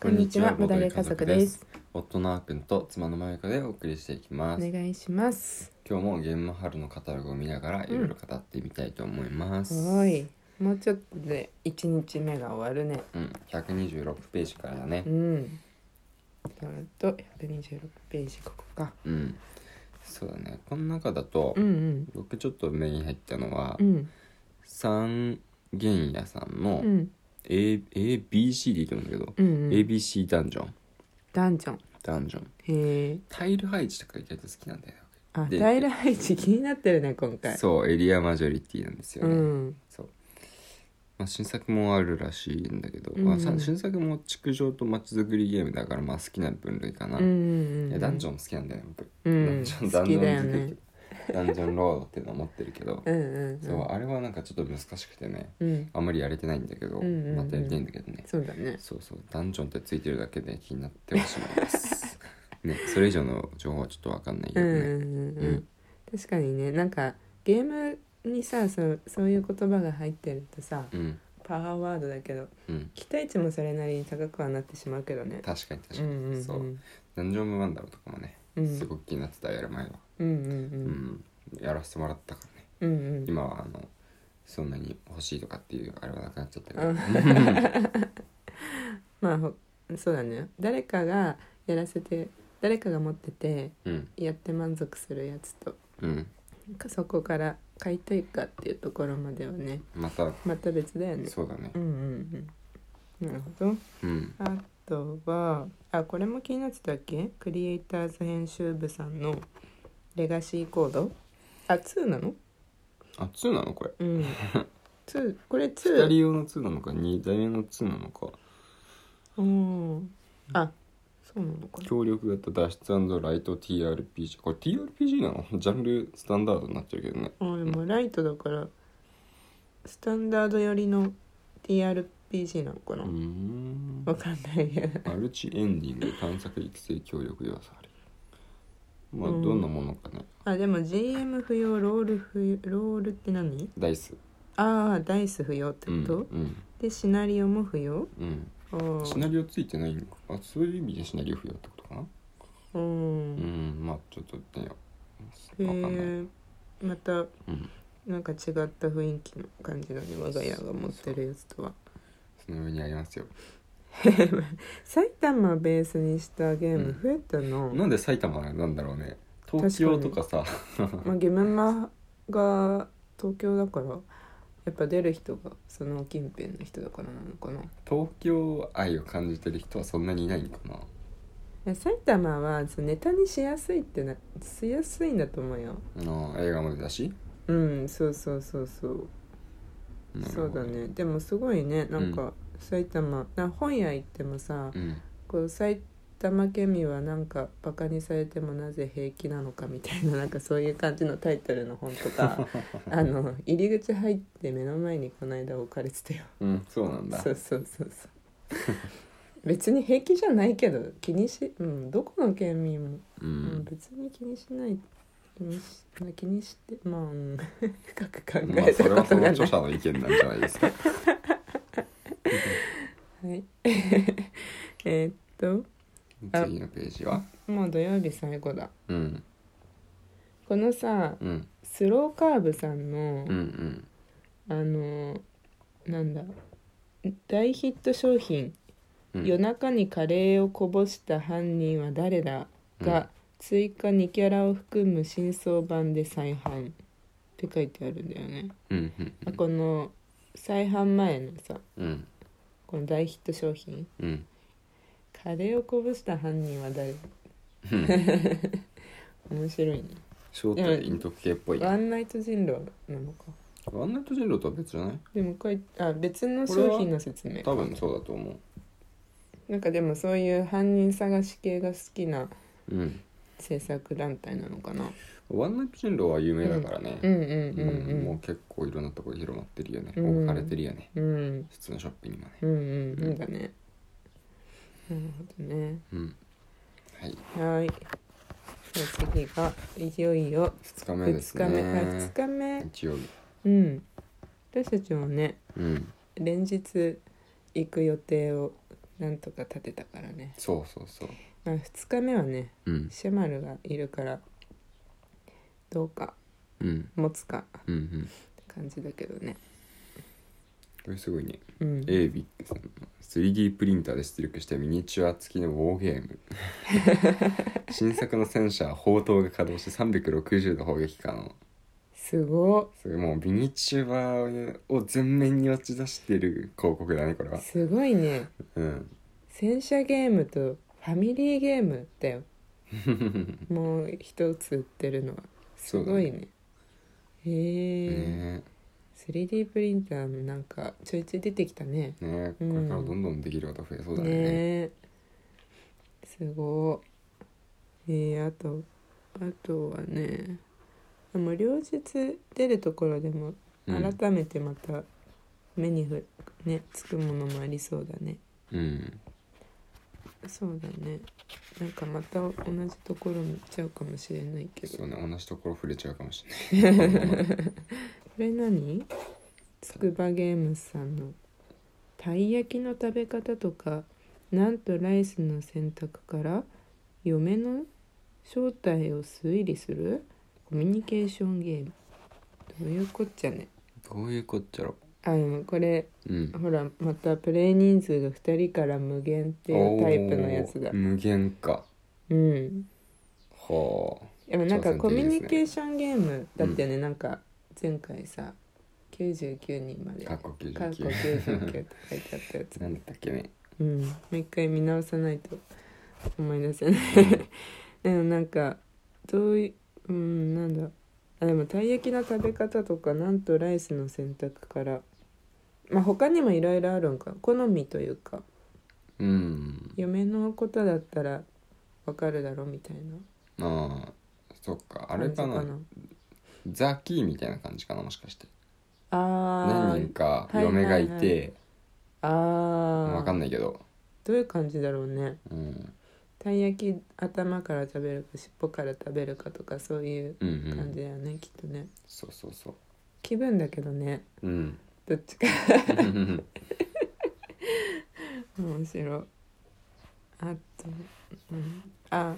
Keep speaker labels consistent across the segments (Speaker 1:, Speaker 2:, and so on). Speaker 1: こんにちは、ボドゲ家族です。。
Speaker 2: 夫のあーくんと妻のまゆかでお送りしていきま
Speaker 1: お
Speaker 2: す。
Speaker 1: 願いします。
Speaker 2: 今日もゲーム春のカタログを見ながらいろいろ語ってみたいと思います。
Speaker 1: おい、もうちょっとで一日目が終わるね。
Speaker 2: うん、126ページからだね
Speaker 1: う。ん。やっと126ページここか。
Speaker 2: うん。そうだね。この中だと、
Speaker 1: うん
Speaker 2: 僕ちょっと目に入ったのは、
Speaker 1: うん。うん。
Speaker 2: 三軒家さんの
Speaker 1: うん
Speaker 2: A- ABC でいいと思うんだけど、
Speaker 1: うんうん。
Speaker 2: ABC ダンジョン。
Speaker 1: ダンジョン。
Speaker 2: ダンジョン。
Speaker 1: へえ。
Speaker 2: タイル配置とか意外と好きなんだよ。
Speaker 1: あ、
Speaker 2: で
Speaker 1: ダイラ配置気になってるね、今回。
Speaker 2: そう、エリアマジョリティなんですよ
Speaker 1: う
Speaker 2: ね。
Speaker 1: ん。
Speaker 2: そう、まあ、新作もあるらしいんだけど、
Speaker 1: うん
Speaker 2: まあ、さ新作も築城とまちづくりゲームだからまあ好きな分類かな、
Speaker 1: うんうんうん。
Speaker 2: いやダンジョン好きなんだよね僕、
Speaker 1: うん
Speaker 2: ダンジョン
Speaker 1: 好きだ
Speaker 2: ダ
Speaker 1: よ
Speaker 2: ンジョン
Speaker 1: ね
Speaker 2: 作りダンジョンロードっていうのを持ってるけど、
Speaker 1: うんうんうん。
Speaker 2: そうあれはなんかちょっと難しくてね
Speaker 1: うん。
Speaker 2: あんまりやれてないんだけど、
Speaker 1: うんうんうん
Speaker 2: またやりたいんだけどね
Speaker 1: そうだね。
Speaker 2: そうそうダンジョンってついてるだけで気になっておしまいです ねそれ以上の情報はちょっとわかんないけ
Speaker 1: う
Speaker 2: ど
Speaker 1: んうん
Speaker 2: ね
Speaker 1: うんうん。確かにね、なんかゲームにさ、そうそういう言葉が入ってるとさ、
Speaker 2: うん
Speaker 1: パワーワードだけど
Speaker 2: うん
Speaker 1: 期待値もそれなりに高くはなってしまうけどね。
Speaker 2: 確かに確
Speaker 1: う
Speaker 2: かに、
Speaker 1: んうんうん。
Speaker 2: そうダンジョンもなんだろうとかもね、
Speaker 1: うん
Speaker 2: すごく気になってたやる前は
Speaker 1: うんう
Speaker 2: うんん、やらせてもらったからね
Speaker 1: うん。うんうん。
Speaker 2: 今はあのそんなに欲しいとかっていうあれはなくなっちゃったけ
Speaker 1: う
Speaker 2: ど
Speaker 1: んまあほそうだね。誰かがやらせて誰かが持ってて
Speaker 2: うん
Speaker 1: やって満足するやつと
Speaker 2: うん
Speaker 1: かそこから買いたいかっていうところまではね
Speaker 2: また
Speaker 1: また別だよね。
Speaker 2: そうだね
Speaker 1: うんうんうん。なるほど。
Speaker 2: うん
Speaker 1: あとはあこれも気になってたっけクリエイターズ編集部さんのレガシーコードあ2なの
Speaker 2: あ2なのこれ
Speaker 1: うん 2これ
Speaker 2: 2人
Speaker 1: 2?
Speaker 2: 用の2なのか2台目の2なのか
Speaker 1: うんあそうなのか
Speaker 2: 協力型脱出ライト TRPG これ TRPG なの ジャンルスタンダードになってるけどね
Speaker 1: あでもライトだからスタンダード寄りの TRPG なのか
Speaker 2: う
Speaker 1: な、
Speaker 2: ー
Speaker 1: わ
Speaker 2: ん
Speaker 1: かんないけど
Speaker 2: マルチエンディング探索育成協力要素ありまあ
Speaker 1: うん
Speaker 2: どんなものかね
Speaker 1: あでも GM 不要ロール不要ロールって何
Speaker 2: ダイス
Speaker 1: ああダイス不要って
Speaker 2: う
Speaker 1: こ
Speaker 2: ん
Speaker 1: と、
Speaker 2: うん
Speaker 1: でシナリオも不要
Speaker 2: うん
Speaker 1: あー
Speaker 2: シナリオついてないのかあそういう意味でシナリオ不要ってことかな
Speaker 1: う
Speaker 2: うんんまあちょっとね
Speaker 1: へ
Speaker 2: 分かんない、
Speaker 1: えまた
Speaker 2: うん、
Speaker 1: なんか違った雰囲気の感じだね我が家が持ってるやつ とは
Speaker 2: その上にありますよ
Speaker 1: 埼玉ベースにしたゲーム増えたの、
Speaker 2: なんで埼玉なんだろうね東京とかさ
Speaker 1: まあ、ゲメマが東京だからやっぱ出る人がその近辺の人だからなのかな
Speaker 2: 東京愛を感じてる人はそんなにいないのかな
Speaker 1: え埼玉はそのネタにしやすいってなしやすいんだと思うよ
Speaker 2: あの映画も出たし、
Speaker 1: うんそうそうそうそう
Speaker 2: なるほ
Speaker 1: そ
Speaker 2: ど
Speaker 1: うだねでもすごいねなんか埼玉、な本屋行ってもさ、
Speaker 2: うん
Speaker 1: こう埼玉県民はなんかバカにされてもなぜ平気なのかみたいななんかそういう感じのタイトルの本 とかあの入り口入って目の前にこの間置かれてたよ
Speaker 2: うんそうなんだ
Speaker 1: そうそうそうそう別に平気じゃないけど気にし、うん、どこの県民も、
Speaker 2: う
Speaker 1: うんん、別に気にしない気にし気にしてまあ、うん 深く考
Speaker 2: まあ
Speaker 1: え
Speaker 2: そ
Speaker 1: た
Speaker 2: れ
Speaker 1: こ
Speaker 2: は
Speaker 1: と
Speaker 2: その
Speaker 1: がない、
Speaker 2: 著者の意見なんじゃないです か
Speaker 1: はい、えーっあ
Speaker 2: 次のページは
Speaker 1: ともう土曜日最後だ
Speaker 2: うん
Speaker 1: このさ
Speaker 2: うん
Speaker 1: スローカーブさんの、
Speaker 2: うんうん
Speaker 1: あのーなんだ大ヒット商品
Speaker 2: う
Speaker 1: 「
Speaker 2: ん
Speaker 1: 夜中にカレーをこぼした犯人は誰だ?」が追加2キャラを含む新装版で再販って書いてあるんだよね。
Speaker 2: うんうん
Speaker 1: あこの再販前のさ
Speaker 2: うん
Speaker 1: この大ヒット商品
Speaker 2: うん
Speaker 1: 「カレーをこぼした犯人は誰?」 面白いね。
Speaker 2: 正体陰徳系っぽい
Speaker 1: ワンナイト人狼なのか。
Speaker 2: ワンナイト人狼とは別じゃない
Speaker 1: でもこいあ別の
Speaker 2: これは
Speaker 1: 商品の説明
Speaker 2: 多分そうだと思
Speaker 1: なんかでもそういう犯人探し系が好きな
Speaker 2: ううん
Speaker 1: 制作団体なのかな
Speaker 2: ワンナイト人狼は有名だからね
Speaker 1: うんうんう
Speaker 2: うんもうん結構いろんなところ広まってるよね
Speaker 1: うん
Speaker 2: 置かれてるよね
Speaker 1: うんうん
Speaker 2: 普通のショッピングもね
Speaker 1: うんうんうんだねなるほどね
Speaker 2: うんはい
Speaker 1: はいじゃあ次がいよいよ
Speaker 2: 2日目です
Speaker 1: 2日目あ
Speaker 2: ね
Speaker 1: 2日目
Speaker 2: 日曜日
Speaker 1: うん私たちもね
Speaker 2: うん
Speaker 1: 連日行く予定をなんとか立てたからね、
Speaker 2: そうそうそう
Speaker 1: まあ、2日目はね
Speaker 2: うん
Speaker 1: シェマルがいるからどうか
Speaker 2: うん
Speaker 1: 持つか
Speaker 2: うんうん
Speaker 1: って感じだけどね
Speaker 2: これすごいね
Speaker 1: うん
Speaker 2: a b さんの 3D プリンターで出力したミニチュア付きのウォーゲー ム新作の戦車砲塔が稼働して360度砲撃可能
Speaker 1: すごっ
Speaker 2: それもうミニチュアを全面に押し出してる広告だねこれは
Speaker 1: すごいね
Speaker 2: うん
Speaker 1: 戦車ゲームとファミリーゲームだよもう一つ売ってるのはす
Speaker 2: す
Speaker 1: ごい
Speaker 2: ね
Speaker 1: ねへえ
Speaker 2: ね
Speaker 1: 3D プリンターもなんかちょいちょい出てきたね
Speaker 2: えねえ
Speaker 1: うん
Speaker 2: これからどんどんできること増えそうだ
Speaker 1: ね
Speaker 2: ね
Speaker 1: えすごいえー、あとあとはねでも両日出るところでも
Speaker 2: うん、
Speaker 1: 改めてまた目にふ、ね、つくものもありそうだね
Speaker 2: うん、
Speaker 1: そうだねなんかまた同じところに行っちゃうかもしれないけど
Speaker 2: そうね同じところ触れちゃうかもしれない
Speaker 1: これ何つくばゲームズさんのたい焼きの食べ方とかなんとライスの選択から嫁の正体を推理するコミュニケーションゲームどういうこっちゃね
Speaker 2: どういうこっちゃろ
Speaker 1: あのこれ
Speaker 2: うん
Speaker 1: ほらまたプレイ人数が2人から無限っていうタイプのやつだ
Speaker 2: おー無限か
Speaker 1: うん
Speaker 2: は
Speaker 1: でもなんか
Speaker 2: 挑
Speaker 1: コ
Speaker 2: 戦
Speaker 1: ミ
Speaker 2: 的ですね
Speaker 1: ュニケーションゲームだったよね、なんか前回さ99人まで
Speaker 2: あかっこ
Speaker 1: かっこ
Speaker 2: 99
Speaker 1: 99って書いてあっ たやつ
Speaker 2: なんだったっけね
Speaker 1: うんもう一回見直さないと思い出せない、でもなんかどういううんなんだあでもたい焼きの食べ方とかなんとライスの選択からまあ他にもいろいろあるんか好みというか
Speaker 2: うん
Speaker 1: 嫁のことだったらわかるだろみたいな
Speaker 2: ああそっかあれ
Speaker 1: 感じ
Speaker 2: かなザキーみたいな感じかなもしかして
Speaker 1: あ
Speaker 2: 何人
Speaker 1: ー
Speaker 2: か
Speaker 1: いはいはい
Speaker 2: 嫁がいて
Speaker 1: あ
Speaker 2: わか
Speaker 1: あ
Speaker 2: んないけど
Speaker 1: どういう感じだろうね
Speaker 2: うん
Speaker 1: たい焼き頭から食べるか尻尾から食べるかとかそういう
Speaker 2: うんう
Speaker 1: 感じ
Speaker 2: ん
Speaker 1: だよね、きっとね
Speaker 2: そうそうそ
Speaker 1: 気分だけどね
Speaker 2: ううん
Speaker 1: どっちか
Speaker 2: うん
Speaker 1: 面白いあと、うん、あ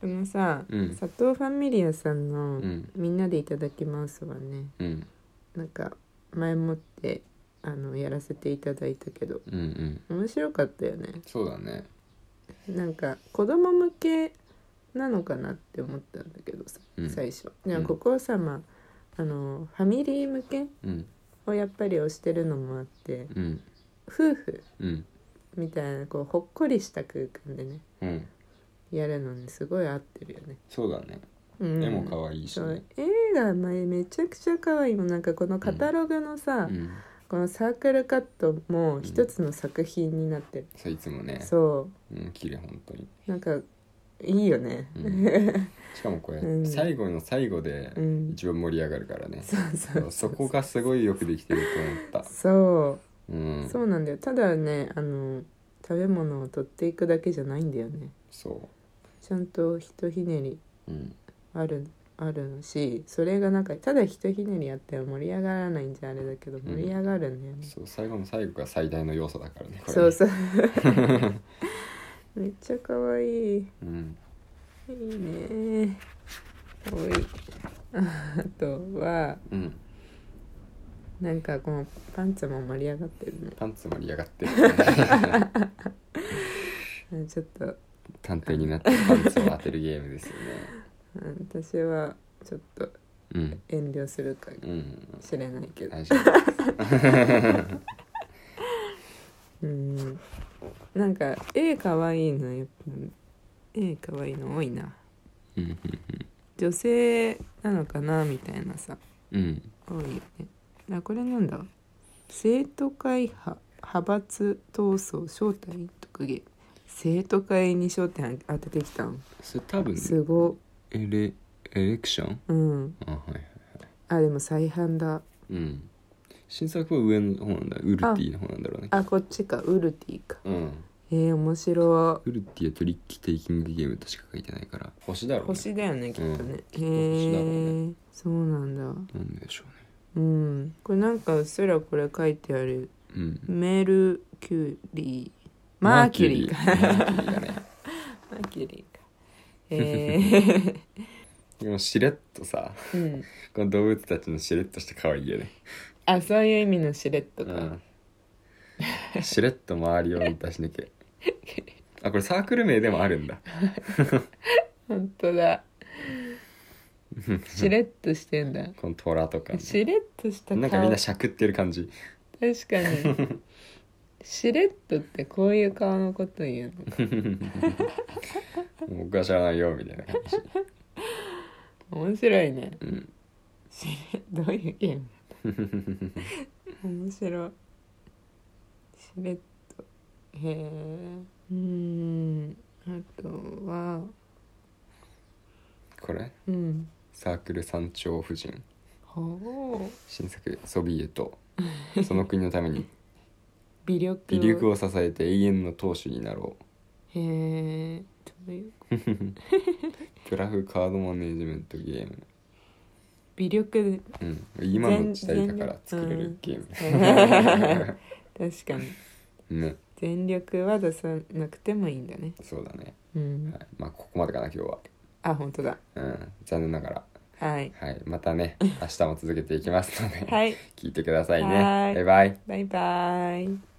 Speaker 1: このさ、
Speaker 2: うん
Speaker 1: 佐藤ファミリアさん
Speaker 2: う
Speaker 1: の
Speaker 2: ん
Speaker 1: 「みんなでいただきます」はね
Speaker 2: うん
Speaker 1: なんか前もってあのやらせていただいたけど
Speaker 2: うん
Speaker 1: 面白かったよね
Speaker 2: そうだね
Speaker 1: なんか子供向けなのかなって思ったんだけどさ、
Speaker 2: うん
Speaker 1: 最初で
Speaker 2: う
Speaker 1: も
Speaker 2: ん
Speaker 1: ここはさ、まあ、あのファミリー向け
Speaker 2: うん
Speaker 1: をやっぱり推してるのもあって
Speaker 2: うん
Speaker 1: 夫婦
Speaker 2: うん
Speaker 1: みたいなこうほっこりした空間でね
Speaker 2: うん
Speaker 1: やるのにすごい合ってるよね、
Speaker 2: そうだね
Speaker 1: うん、
Speaker 2: 絵も可愛いし
Speaker 1: そう
Speaker 2: ね
Speaker 1: 映画前めちゃくちゃ可愛いもうなんかこのカタログの
Speaker 2: う
Speaker 1: さ、
Speaker 2: ん
Speaker 1: このサークルカットも一つの作品になってる、
Speaker 2: そういつもね
Speaker 1: そ
Speaker 2: うん綺麗本当に
Speaker 1: うなんかいいよね
Speaker 2: うん しかもこれ、
Speaker 1: うん
Speaker 2: 最後の最後で
Speaker 1: うん
Speaker 2: 一番盛り上がるからね、
Speaker 1: そうそうそう
Speaker 2: そこがすごいよくできてると思った
Speaker 1: そうう、
Speaker 2: ん
Speaker 1: そうなんだよただねあの食べ物を取っていくだけじゃないんだよね
Speaker 2: そ
Speaker 1: ちゃんとひとひねり
Speaker 2: ううん
Speaker 1: あるあるしそれがなんかただひとひねりやっては盛り上がらないんじゃあれだけど盛り上がるんだよね、
Speaker 2: そう最後の最後が最大の要素だからねこれね
Speaker 1: そ うそうめっちゃ可愛い
Speaker 2: うん
Speaker 1: いいね可愛いあとは
Speaker 2: うん
Speaker 1: なんかこのパンツも盛り上がってるね
Speaker 2: パンツ盛り上がってる
Speaker 1: あちょっと
Speaker 2: 探偵になってパンツを当てるゲームですよね
Speaker 1: うん私はちょっと
Speaker 2: うん
Speaker 1: 遠慮するか
Speaker 2: うん
Speaker 1: しれないけど
Speaker 2: 大丈夫
Speaker 1: うんなんか絵かわいいのやっぱ絵かわいいの多いな
Speaker 2: うん
Speaker 1: 女性なのかなみたいなさ
Speaker 2: うん
Speaker 1: 多いよねあこれなんだ生徒会派派閥闘争招待特技生徒会に焦点当ててきたん
Speaker 2: それ多分
Speaker 1: すごっ
Speaker 2: エレエレクション
Speaker 1: うん
Speaker 2: あはいはい
Speaker 1: あでも再販だ
Speaker 2: うん新作は上の方なんだウルティの方なんだろうね
Speaker 1: あこっちかウルティか
Speaker 2: うん
Speaker 1: えー、面白
Speaker 2: ウルティはトリッキーテイキングゲームとしか書いてないから星だろ、
Speaker 1: いう
Speaker 2: ね、
Speaker 1: 星だよねきっとね、
Speaker 2: っと星だろう
Speaker 1: へえ
Speaker 2: ね
Speaker 1: そうなんだ
Speaker 2: なんでしょ
Speaker 1: うんこれなんかうっすらこれ書いてある
Speaker 2: うねうん
Speaker 1: メール・キュリーマーキュリーか
Speaker 2: マーキュリーだね
Speaker 1: マーキュリー かえー
Speaker 2: でもしれっとさ
Speaker 1: うん、
Speaker 2: この動物たちのしれっとした可愛いよね
Speaker 1: あそういう意味のシレット
Speaker 2: う
Speaker 1: か、
Speaker 2: んしれっと周りを出し抜 けあこれサークル名でもあるんだ
Speaker 1: 本当だしれっとしてんだ
Speaker 2: この虎とか
Speaker 1: しれっとした顔
Speaker 2: なんかみんなしゃくってる感じ
Speaker 1: 確かにしれっとってこういう顔のこと言う
Speaker 2: もう僕は知らないよみたいな感じ
Speaker 1: の面白いね
Speaker 2: うん
Speaker 1: しれどういうゲームなんだ面白いしれっとへえうーんあとは
Speaker 2: これ
Speaker 1: うん
Speaker 2: サークル山頂夫人
Speaker 1: ほう
Speaker 2: 新作ソビエトその国のために
Speaker 1: 微力
Speaker 2: 微力を支えて永遠の当主になろ
Speaker 1: へえどういう
Speaker 2: うプラフカードマネージメントゲーム、
Speaker 1: 微力
Speaker 2: うん、今の時代だから作れるゲー
Speaker 1: 全 確かに
Speaker 2: ムね
Speaker 1: 全力は出さなくてもいいんだね
Speaker 2: そうだね、
Speaker 1: うん
Speaker 2: はい、まあここまでかな今日は、
Speaker 1: あ本当だ
Speaker 2: うん、残念ながら、
Speaker 1: はい
Speaker 2: はい、またね明日も続けていきますので、
Speaker 1: はい
Speaker 2: 聞いてくださいね
Speaker 1: はい
Speaker 2: バイバイ
Speaker 1: バイバイ